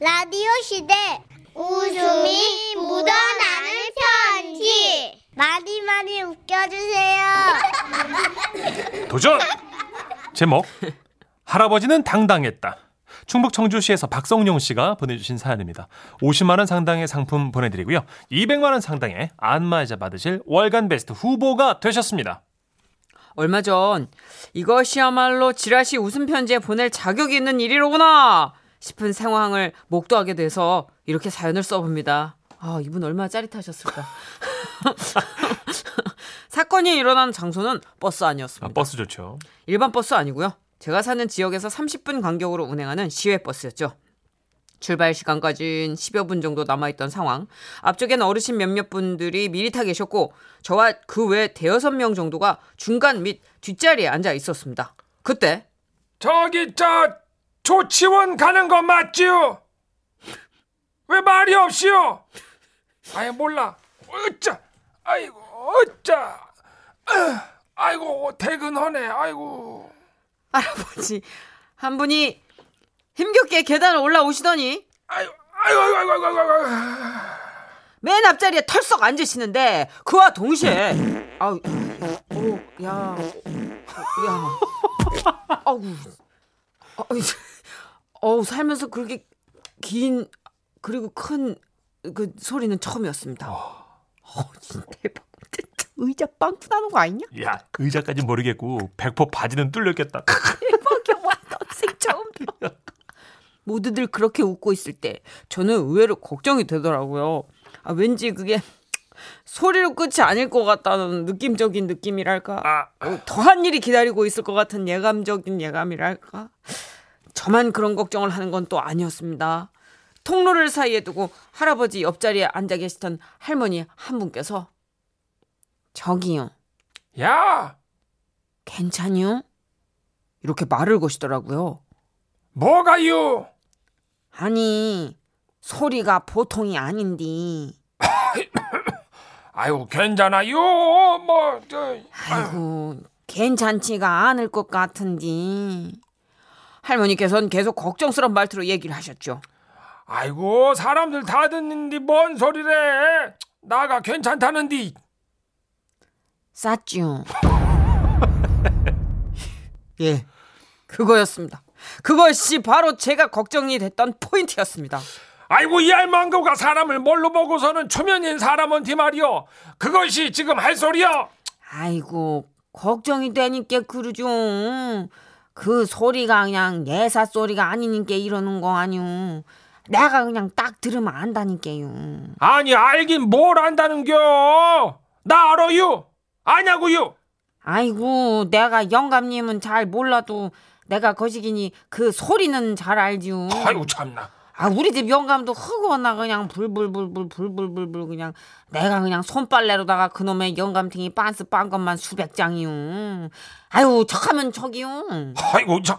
라디오 시대 웃음이 묻어나는 편지 많이 많이 웃겨주세요. 도전! 제목 할아버지는 당당했다. 충북 청주시에서 박성용 씨가 보내주신 사연입니다. 50만 원 상당의 상품 보내드리고요. 200만 원 상당의 안마의자 받으실 월간 베스트 후보가 되셨습니다. 얼마 전 이것이야말로 지라시 웃음 편지에 보낼 자격이 있는 일이로구나 싶은 상황을 목도하게 돼서 이렇게 사연을 써봅니다. 아 이분 얼마나 짜릿하셨을까. 사건이 일어난 장소는 버스 아, 아니었습니다. 버스 좋죠. 일반 버스 아니고요. 제가 사는 지역에서 30분 간격으로 운행하는 시외 버스였죠. 출발 시간까지는 10여 분 정도 남아있던 상황. 앞쪽엔 어르신 몇몇 분들이 미리 타 계셨고, 저와 그 외 대여섯 명 정도가 중간 및 뒷자리에 앉아 있었습니다. 그때, 저기 저 조치원 가는 거 맞지요? 왜 말이 없이요? 아예 몰라. 어짜, 아이고 어짜, 아, 아이고 퇴근하네. 아이고. 할아버지, 한 분이 힘겹게 계단을 올라오시더니, 아이고 아이고 아이고 아이고 아이고. 아이고. 맨 앞자리에 털썩 앉으시는데 그와 동시에 아우 오, 야, 야, 아우, 아우, 이제, 어우 살면서 그렇게 긴 그리고 큰 그 소리는 처음이었습니다. 어, 진짜 대박, 진짜 의자 빵꾸 나는 거 아니냐? 야 의자까지 모르겠고 백퍼 바지는 뚫렸겠다. 와, 넌생 처음 들어. 모두들 그렇게 웃고 있을 때 저는 의외로 걱정이 되더라고요. 아, 왠지 그게 소리로 끝이 아닐 것 같다는 느낌적인 느낌이랄까. 아, 어, 더한 일이 기다리고 있을 것 같은 예감적인 예감이랄까. 저만 그런 걱정을 하는 건 또 아니었습니다. 통로를 사이에 두고 할아버지 옆자리에 앉아 계시던 할머니 한 분께서 저기요. 야, 괜찮요? 이렇게 말을 거시더라고요. 뭐가요? 아니 소리가 보통이 아닌디 아이고 괜찮아요. 뭐 저. 아이고 괜찮지가 않을 것 같은디 할머니께서는 계속 걱정스런 말투로 얘기를 하셨죠 아이고 사람들 다 듣는데 뭔 소리래? 나가 괜찮다는디. 쌌죠 예 그거였습니다 그것이 바로 제가 걱정이 됐던 포인트였습니다 아이고 이 알망고가 사람을 뭘로 보고서는 초면인 사람한테 말이요 그것이 지금 할 소리요 아이고 걱정이 되니까 그러죠 그 소리가 그냥 예사 소리가 아니니까 이러는 거 아니오 내가 그냥 딱 들으면 안다니까요 아니 알긴 뭘 안다는겨 나 알아요 아냐고요 아이고 내가 영감님은 잘 몰라도 내가 거시기니 그 소리는 잘 알지요 아이고 참나 아 우리 집 영감도 흑거나 그냥 불불불불 불불불불 그냥 내가 그냥 손빨래로다가 그놈의 영감탱이 빤스 빤 것만 수백 장이요 아유 척하면 척이요 아이고 참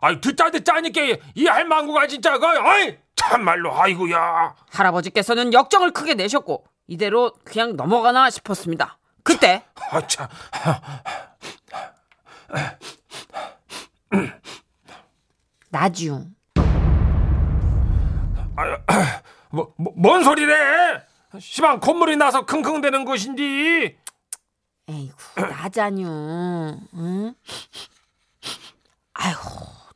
아이 듣자 듣자니까 이 알망고가 진짜 그 어이 참말로 아이고야 할아버지께서는 역정을 크게 내셨고 이대로 그냥 넘어가나 싶었습니다. 그때 아참 나지요. 뭐, 뭐, 뭔 소리래 시방 콧물이 나서 킁킁대는 것인지 에이구 나자뇨. 응? 아이고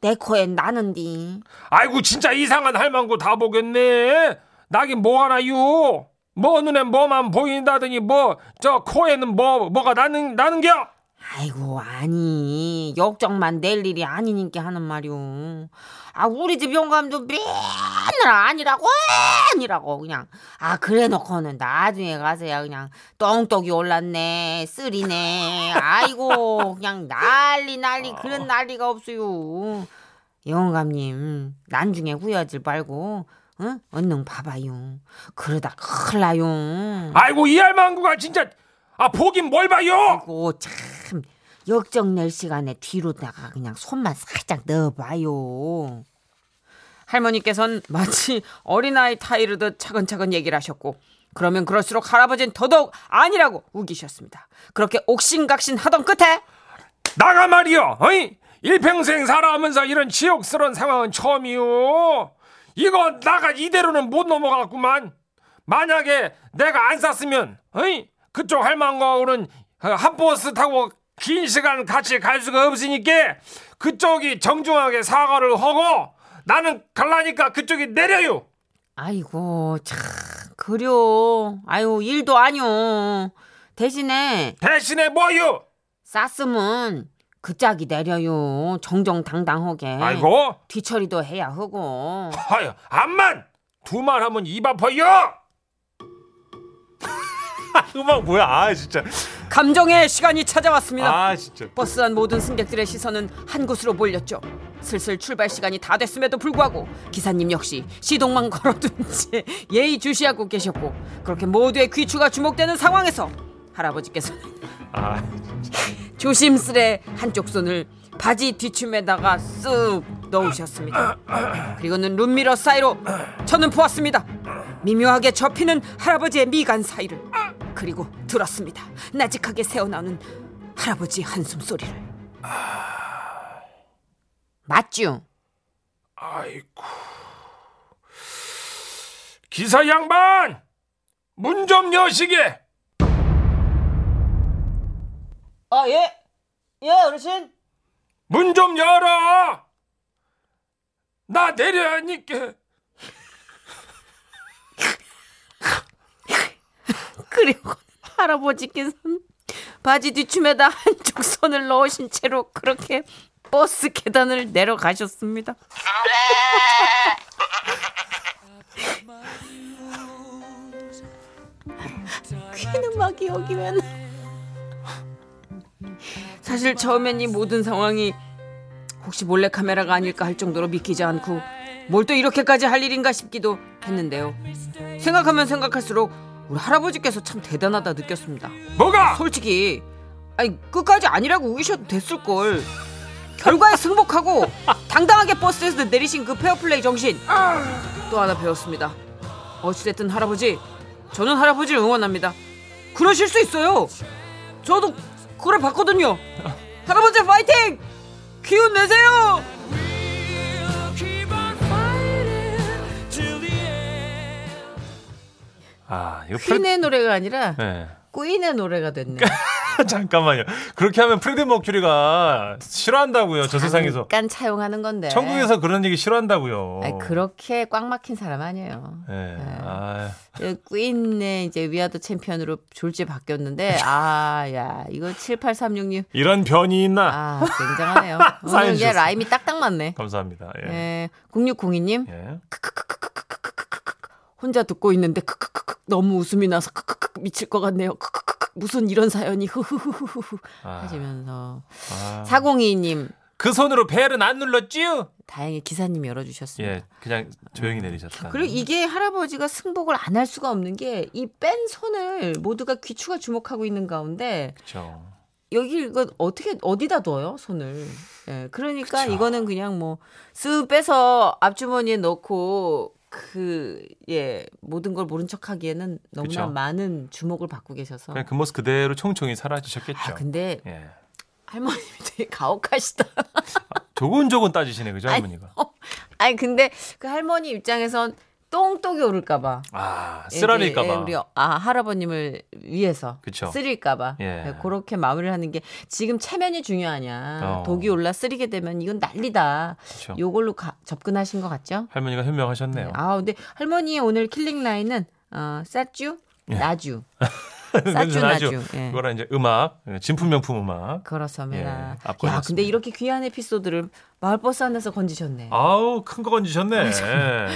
내 코엔 나는디. 아이고 진짜 이상한 할망구 다 보겠네. 나긴 뭐하나요? 뭐 눈엔 뭐만 보인다더니 뭐 저 코에는 뭐 뭐가 나는 나는겨? 아이고 아니 역정만 낼 일이 아니니까 하는 말이오. 아 우리 집 영감도 맨날 아니라고 아니라고 그냥 아 그래놓고는 나중에 가서야 그냥 똥떡이 올랐네 쓰리네 아이고 그냥 난리 난리 그런 난리가 없어요. 영감님 난중에 후회하지 말고 응 얼른 봐봐요. 그러다 큰일 나요. 아이고 이 할망구가 진짜 아 보긴 뭘 봐요? 아이고 참 역정 낼 시간에 뒤로다가 그냥 손만 살짝 넣어봐요. 할머니께서는 마치 어린아이 타이르듯 차근차근 얘기를 하셨고 그러면 그럴수록 할아버지는 더더욱 아니라고 우기셨습니다. 그렇게 옥신각신 하던 끝에 나가 말이요. 어이 일평생 살아오면서 이런 지옥스러운 상황은 처음이요. 이거 나가 이대로는 못 넘어갔구만. 만약에 내가 안 샀으면, 어이? 그쪽 할망과는 어, 한 버스 타고 긴 시간 같이 갈 수가 없으니까 그쪽이 정중하게 사과를 하고 나는 갈라니까 그쪽이 내려요. 아이고 참 그려. 아유 일도 아니오. 대신에 대신에 뭐요? 쌌으면 그 짝이 내려요. 정정당당하게. 아이고, 뒤처리도 해야 하고. 아유, 암만 두 말 하면 입 아파요. 음악 뭐야? 아 진짜. 감정의 시간이 찾아왔습니다. 아 진짜. 버스 안 모든 승객들의 시선은 한 곳으로 몰렸죠. 슬슬 출발 시간이 다 됐음에도 불구하고 기사님 역시 시동만 걸어둔 채 예의주시하고 계셨고 그렇게 모두의 귀추가 주목되는 상황에서 할아버지께서는 아 조심스레 한쪽 손을 바지 뒤춤에다가 쓱 넣으셨습니다. 그리고는 룸미러 사이로 저는 보았습니다. 미묘하게 접히는 할아버지의 미간 사이를 그리고 들었습니다. 나직하게 새어나오는 할아버지 한숨 소리를. 맞죠? 아이고. 기사 양반! 문 좀 여시게! 아 예. 예 어르신. 문 좀 열어! 나 내려야니까. 그리고 할아버지께서는 바지 뒤춤에다 한쪽 손을 넣으신 채로 그렇게 버스 계단을 내려가셨습니다. 귀는막이 여기면 사실 처음엔 이 모든 상황이 혹시 몰래 카메라가 아닐까 할 정도로 믿기지 않고 뭘 또 이렇게까지 할 일인가 싶기도 했는데요. 생각하면 생각할수록 우리 할아버지께서 참 대단하다 느꼈습니다. 뭐가? 솔직히 아니 끝까지 아니라고 우기셔도 됐을 걸. 결과에 승복하고 당당하게 버스에서 내리신 그 페어플레이 정신 또 하나 배웠습니다. 어찌됐든 할아버지, 저는 할아버지를 응원합니다. 그러실 수 있어요. 저도 그걸 봤거든요. 할아버지 파이팅! 기운 내세요! 아 이거 프레... 퀸의 노래가 아니라 네. 꾸인의 노래가 됐네. 잠깐만요. 그렇게 하면 프레드 머큐리가 싫어한다고요. 저 세상에서. 잠깐 차용하는 네. 건데. 천국에서 그런 얘기 싫어한다고요. 아니, 그렇게 꽉 막힌 사람 아니에요. 예. 아, 꾸인의 이제 위아더 챔피언으로 졸지 바뀌었는데 아야 이거 78366 이런 변이 있나? 아 굉장하네요. 사연 오늘 이제 주셨어요. 라임이 딱딱 맞네. 감사합니다. 예. 예. 0602님 예. 혼자 듣고 있는데 크크크크 너무 웃음이 나서 크크크 미칠 것 같네요. 크크크 무슨 이런 사연이 흐흐흐흐흐 아, 하시면서 아. 4022님 그 손으로 벨은 안 눌렀지요? 다행히 기사님이 열어주셨습니다. 예, 그냥 조용히 내리셨다. 음. 그리고 이게 할아버지가 승복을 안 할 수가 없는 게 이 뺀 손을 모두가 귀추가 주목하고 있는 가운데 그렇죠. 어. 여기 이거 어떻게 어디다 둬요 손을? 예, 그러니까 그쵸. 이거는 그냥 뭐 쓱 빼서 앞주머니에 넣고 그 예 모든 걸 모른 척하기에는 너무나 그쵸. 많은 주목을 받고 계셔서. 그냥 그 모습 그대로 총총히 사라지셨겠죠. 아 근데 예. 할머님이 되게 가혹하시다. 조곤조곤 따지시네 그죠 할머니가. 아니 근데 그 할머니 입장에선 똥똑이 오를까봐. 아 예, 쓰라릴까봐. 예, 우리 아 할아버님을 위해서 그쵸. 쓰릴까봐 예. 예, 그렇게 마무리를 하는 게 지금 체면이 중요하냐 어. 독이 올라 쓰리게 되면 이건 난리다 그쵸. 요걸로 가- 접근하신 것 같죠? 할머니가 현명하셨네요. 아 근데 할머니의 오늘 킬링 라인은 어, 싸쭈 예. 나주 그래서 싸쭈 아주 나주 예. 그거랑 이제 음악 예, 진품 명품 음악. 그렇습니다. 예, 앞걸음 야 근데 같습니다. 이렇게 귀한 에피소드를 마을버스 안에서 건지셨네. 아우 큰 거 건지셨네.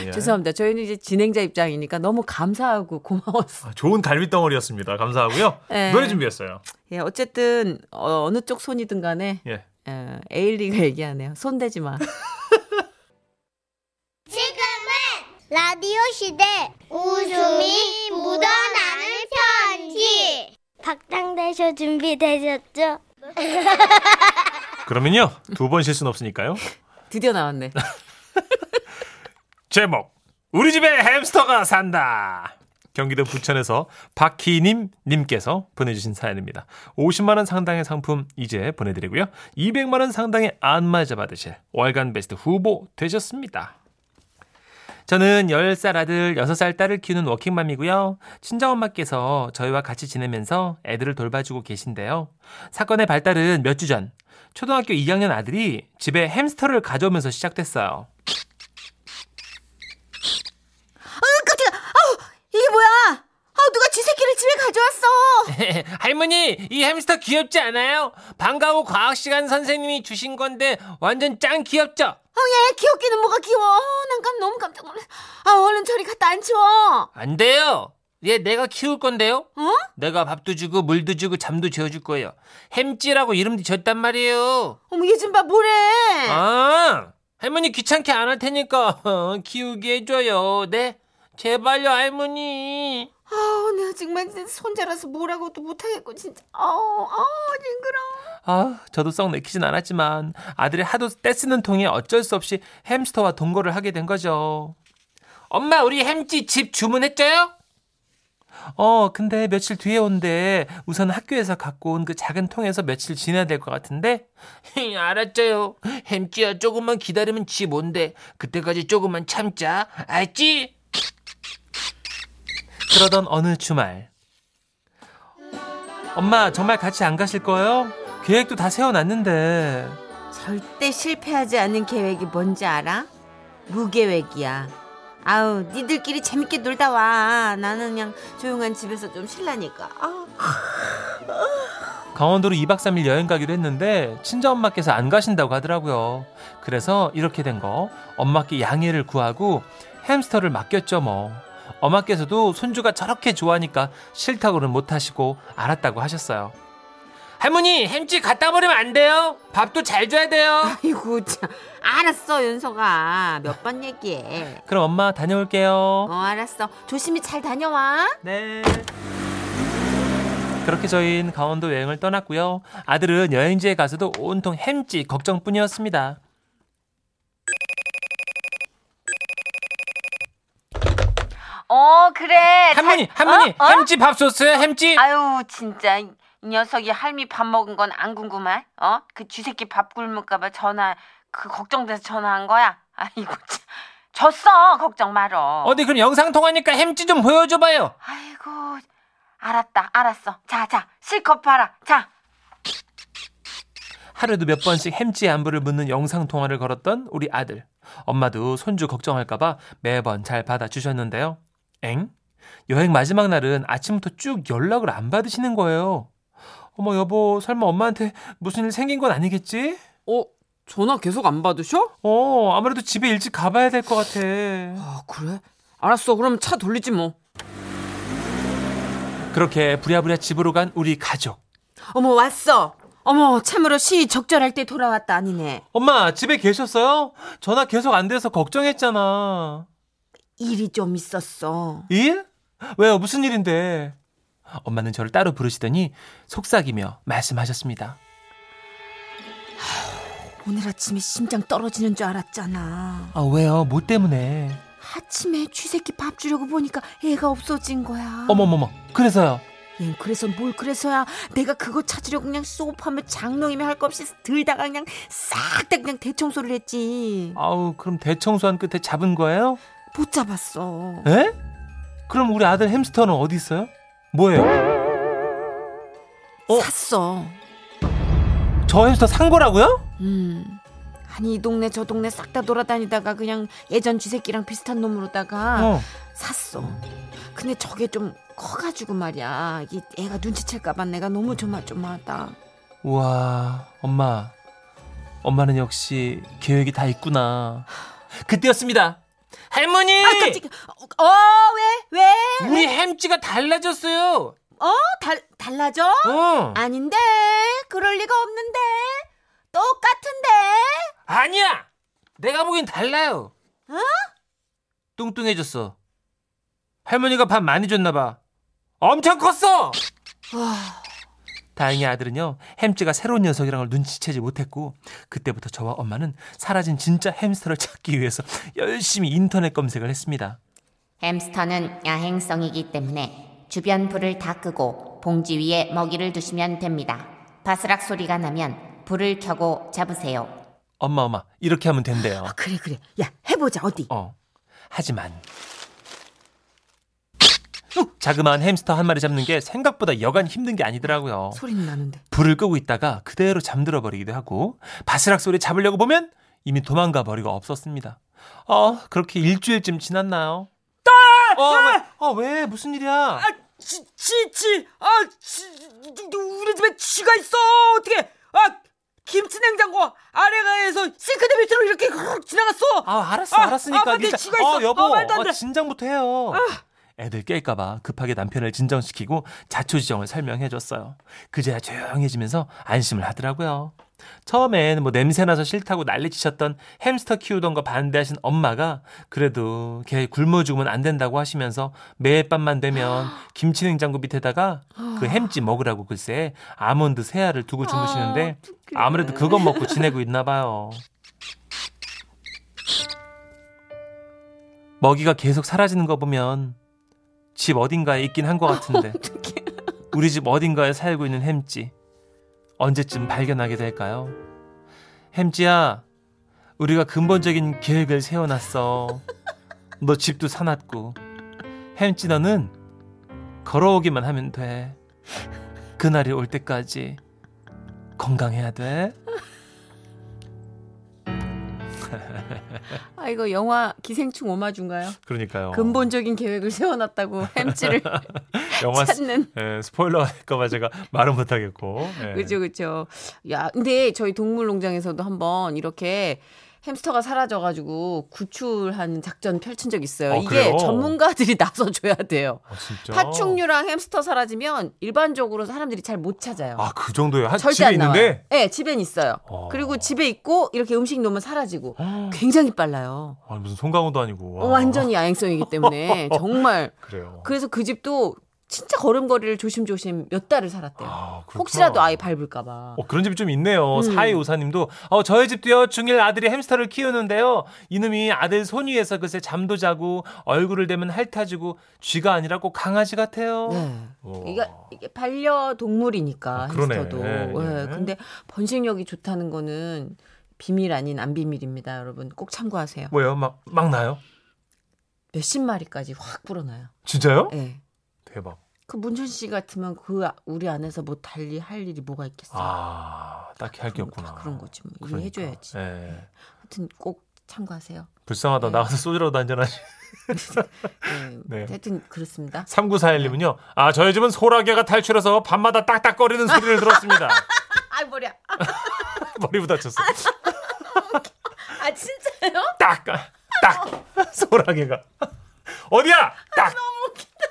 예. 죄송합니다. 저희는 이제 진행자 입장이니까 너무 감사하고 고마웠어요. 아, 좋은 갈비 덩어리였습니다. 감사하고요. 예. 노래 준비했어요. 예, 어쨌든 어, 어느 쪽 손이든 간에 예. 어, 에일리가 얘기하네요. 손대지 마. 지금은 라디오 시대 웃음이 묻어나는 편지 박장대쇼 준비되셨죠? 그러면요 두 번 실수는 없으니까요. 드디어 나왔네. 제목 우리 집에 햄스터가 산다 경기도 부천에서 박희님 님께서 보내주신 사연입니다 50만 원 상당의 상품 이제 보내드리고요 200만 원 상당의 안마자 받으실 월간 베스트 후보 되셨습니다 저는 10살 아들, 6살 딸을 키우는 워킹맘이고요. 친정엄마께서 저희와 같이 지내면서 애들을 돌봐주고 계신데요. 사건의 발달은 몇 주 전, 초등학교 2학년 아들이 집에 햄스터를 가져오면서 시작됐어요. 깜짝이야. 아우, 이게 뭐야? 아우, 누가 지 새끼를 집에 가져왔어? 할머니, 이 햄스터 귀엽지 않아요? 방과후 과학시간 선생님이 주신 건데 완전 짱 귀엽죠? 예, 귀엽기는 뭐가 귀여워. 어, 난 깜, 너무 깜짝 놀랐어. 아, 얼른 저리 갔다 앉혀. 안 돼요. 얘 내가 키울 건데요. 어? 내가 밥도 주고 물도 주고 잠도 재워줄 거예요. 햄찌라고 이름도 졌단 말이에요. 어머, 얘 좀 봐, 뭐래. 아, 할머니 귀찮게 안 할 테니까 키우게 해줘요. 네, 제발요 할머니. 아우, 내가 정말 진짜 손자라서 뭐라고도 못하겠고, 진짜. 아우, 아우, 징그러. 아, 저도 썩 내키진 않았지만 아들의 하도 떼쓰는 통에 어쩔 수 없이 햄스터와 동거를 하게 된 거죠. 엄마, 우리 햄찌 집 주문했죠요? 어, 근데 며칠 뒤에 온대. 우선 학교에서 갖고 온 그 작은 통에서 며칠 지내야 될 것 같은데. 알았죠요. 햄찌야, 조금만 기다리면 집 온대. 그때까지 조금만 참자. 알지? 그러던 어느 주말. 엄마, 정말 같이 안 가실 거예요? 계획도 다 세워놨는데. 절대 실패하지 않는 계획이 뭔지 알아? 무계획이야. 아우, 니들끼리 재밌게 놀다 와. 나는 그냥 조용한 집에서 좀 쉴라니까. 아, 강원도로 2박 3일 여행 가기로 했는데 친정엄마께서 안 가신다고 하더라고요. 그래서 이렇게 된 거 엄마께 양해를 구하고 햄스터를 맡겼죠 뭐. 엄마께서도 손주가 저렇게 좋아하니까 싫다고는 못하시고 알았다고 하셨어요. 할머니 햄찌 갖다 버리면 안 돼요. 밥도 잘 줘야 돼요. 아이고, 참. 알았어, 윤서가. 몇 번 얘기해. 그럼 엄마 다녀올게요. 어, 알았어. 조심히 잘 다녀와. 네. 그렇게 저희는 강원도 여행을 떠났고요. 아들은 여행지에 가서도 온통 햄찌 걱정뿐이었습니다. 어, 그래. 할머니, 할머니, 햄찌 밥소스요, 햄찌. 어? 아유, 진짜. 이 녀석이 할미 밥 먹은 건 안 궁금해? 어? 그 쥐새끼 밥 굶을까봐 전화, 그 걱정돼서 전화한 거야? 아이고, 참. 졌어. 걱정 말어. 어디 그럼 영상 통화니까 햄찌 좀 보여줘봐요. 아이고, 알았다. 알았어. 자, 자. 실컷 봐라. 자. 하루도 몇 번씩 햄찌의 안부를 묻는 영상 통화를 걸었던 우리 아들. 엄마도 손주 걱정할까봐 매번 잘 받아주셨는데요. 엥? 여행 마지막 날은 아침부터 쭉 연락을 안 받으시는 거예요. 어머 여보, 설마 엄마한테 무슨 일 생긴 건 아니겠지? 어, 전화 계속 안 받으셔? 어, 아무래도 집에 일찍 가봐야 될 것 같아. 아, 그래? 알았어. 그럼 차 돌리지 뭐. 그렇게 부랴부랴 집으로 간 우리 가족. 어머, 왔어. 어머, 참으로 시 적절할 때 돌아왔다. 아니네. 엄마, 집에 계셨어요? 전화 계속 안 돼서 걱정했잖아. 일이 좀 있었어. 일? 왜요? 무슨 일인데? 엄마는 저를 따로 부르시더니 속삭이며 말씀하셨습니다. 오늘 아침에 심장 떨어지는 줄 알았잖아. 아, 왜요? 뭐 때문에? 아침에 쥐새끼 밥 주려고 보니까 애가 없어진 거야. 어머머머. 그래서요? 얜 그래서 뭘 그래서야 내가 그거 찾으려고 그냥 소파며 장롱이며 할 거 없이 들다가 그냥 싹 다 그냥 대청소를 했지 아우, 그럼 대청소한 끝에 잡은 거예요? 못 잡았어 에? 그럼 우리 아들 햄스터는 어디 있어요? 뭐예요? 어? 샀어 저 햄스터 산 거라고요? 음 아니 이 동네 저 동네 싹 다 돌아다니다가 그냥 예전 쥐새끼랑 비슷한 놈으로다가 어. 샀어 근데 저게 좀 커가지고 말이야 이 애가 눈치챌까봐 내가 너무 조마조마하다 우와 엄마 엄마는 역시 계획이 다 있구나 그때였습니다 할머니 아 깜짝이야 어왜 왜? 우리 햄찌가 달라졌어요 달, 달라져? 어 아닌데 그럴 리가 없는데 똑같은데 아니야 내가 보기엔 달라요 뚱뚱해졌어 할머니가 밥 많이 줬나 봐 엄청 컸어 다행히 아들은요 햄찌가 새로운 녀석이랑을 눈치채지 못했고 그때부터 저와 엄마는 사라진 진짜 햄스터를 찾기 위해서 열심히 인터넷 검색을 했습니다 햄스터는 야행성이기 때문에 주변 불을 다 끄고 봉지 위에 먹이를 두시면 됩니다. 바스락 소리가 나면 불을 켜고 잡으세요. 아, 엄마 엄마 이렇게 하면 된대요. 그래 그래 야 해보자 어디 어. 하지만 자그마한 햄스터 한 마리 잡는 게 생각보다 여간 힘든 게 아니더라고요. 소리는 나는데. 불을 끄고 있다가 그대로 잠들어 버리기도 하고 바스락 소리 잡으려고 보면 이미 도망가 버리고 없었습니다. 어 그렇게 일주일쯤 지났나요? 어왜 어, 왜? 무슨 일이야? 지, 지, 지. 아, 지, 지, 지, 우리 집에 쥐가 있어. 어떻게? 아, 김치 냉장고 아래가에서 싱크대 밑으로 이렇게 훅 지나갔어. 아 알았어 아, 알았으니까 아빠, 내 일단- 쥐가 있어. 어, 여보 어, 말도 안 어, 돼. 아. 진작부터 해요. 애들 깰까봐 급하게 남편을 진정시키고 자초지정을 설명해줬어요. 그제야 조용해지면서 안심을 하더라고요. 처음엔 뭐 냄새나서 싫다고 난리치셨던 햄스터 키우던 거 반대하신 엄마가 그래도 걔 굶어 죽으면 안 된다고 하시면서 매일 밤만 되면 김치 냉장고 밑에다가 아. 그 햄찜 먹으라고 글쎄 아몬드 세 알을 두고 주무시는데 아무래도 그거 먹고 지내고 있나 봐요. 먹이가 계속 사라지는 거 보면 집 어딘가에 있긴 한 것 같은데 우리 집 어딘가에 살고 있는 햄찌 언제쯤 발견하게 될까요? 햄찌야 우리가 근본적인 계획을 세워놨어 너 집도 사놨고 햄찌 너는 걸어오기만 하면 돼 그날이 올 때까지 건강해야 돼 아, 이거 영화 기생충 오마주인가요? 그러니까요 어. 근본적인 계획을 세워놨다고 햄찌를 영화 스, 찾는. 예, 스포일러 할까봐 제가 말은 못하겠고 예. 그죠, 그죠. 야, 근데 저희 동물농장에서도 한번 이렇게 햄스터가 사라져가지고 구출하는 작전 펼친 적 있어요. 어, 이게 그래요? 전문가들이 나서줘야 돼요. 아, 진짜? 파충류랑 햄스터 사라지면 일반적으로 사람들이 잘 못 찾아요. 아, 그 정도예요? 한 절대 집에 안 나와요. 있는데? 네, 집엔 있어요. 어. 그리고 집에 있고 이렇게 음식 놓으면 사라지고 아, 굉장히 빨라요. 어, 무슨 송강호도 아니고. 와. 완전히 야행성이기 때문에 정말 그래요. 그래서 그 집도 진짜 걸음걸이를 조심조심 몇 달을 살았대요. 아, 그렇구나. 혹시라도 음. 아예 밟을까 봐. 어, 그런 집이 좀 있네요. 사이 오사님도 어, 저희 집도요. 중일 아들이 햄스터를 키우는데요. 이놈이 아들 손 위에서 글쎄 잠도 자고 얼굴을 대면 핥아주고 쥐가 아니라 꼭 강아지 같아요. 네. 와. 이게, 이게 반려 동물이니까 아, 그러네. 햄스터도. 예, 예. 예. 근데 번식력이 좋다는 거는 비밀 아닌 안 비밀입니다, 여러분. 꼭 참고하세요. 뭐예요? 막, 막 나요? 몇십 마리까지 확 불어나요. 진짜요? 예. 대박. 그 문준 씨 같으면 그 아- 우리 안에서 뭐 달리 할 일이 뭐가 있겠어요. 아, 딱히 할 게 그런- 없구나. 다 그런 거지 뭐 그러니까. 이해해줘야지. 예. 하여튼 꼭 참고하세요. 불쌍하다. 네. 나가서 소주라도 한잔하시. 예. 네. 하여튼 그렇습니다. 3941님은요. 아, 저희 집은 소라게가 탈출해서 밤마다 딱딱거리는 소리를 들었습니다. 아 머리야. 아, 머리 부딪혔어. 아 진짜요? 딱! 딱! 소라게가. 어디야? 딱!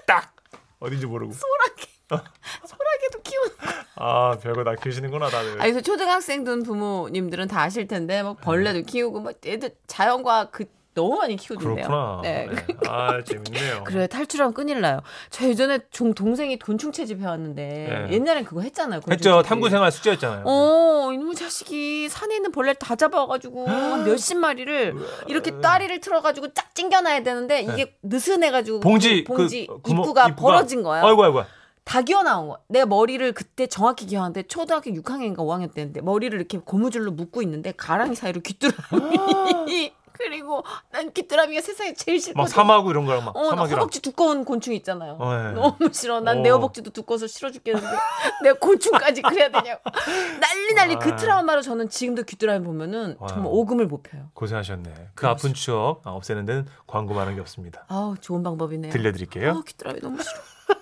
딱! 어딘지 모르고. 어. 소라게도 키우는. 아, 별거 다 키우시는구나, 아 다들. 그래서 초등학생 둔 부모님들은 다 아실 텐데 막 벌레도 키우고 막 애들 자연과 그 너무 많이 키우던데요. 네. 그렇구나. 네. 네. 아, 재밌네요. 그래 탈출하면 큰일 나요. 저 예전에 종 동생이 돈충체 집에 왔는데 네. 옛날엔 그거 했잖아요. 했죠. 곤충 탐구 집이. 생활 숙제였잖아요. 네. 어, 이놈의 자식이 산에 있는 벌레를 다 잡아가지고 한 몇십 마리를 이렇게 따리를 틀어가지고 쫙 찡겨놔야 되는데 이게 느슨해가지고 네. 봉지, 그 그 봉지 구멍- 입구가, 벌어진 거야. 아이고, 아이고. 다 기어나온 거야. 내 머리를 그때 정확히 기억하는데 초등학교 6학년인가 5학년 때인데 머리를 이렇게 고무줄로 묶고 있는데 가랑이 사이로 귀뚜라미. 그리고 난 귀뚜라미가 세상에 제일 싫거든. 막 사마구 이런 거랑 막. 어, 나 아, 사마귀랑. 허벅지 두꺼운 곤충 있잖아요. 어, 예. 너무 싫어. 난 내 어. 허벅지도 두꺼워서 싫어 죽겠는데 내 곤충까지 그래야 되냐고. 난리 난리 그 아. 트라우마로 저는 지금도 귀뚜라미 보면은 와. 정말 오금을 못 펴요. 고생하셨네. 그 아픈 추억 아, 없애는 데는 광고만 한게 없습니다. 아우 좋은 방법이네요. 들려드릴게요. 아 귀뚜라미 너무 싫어.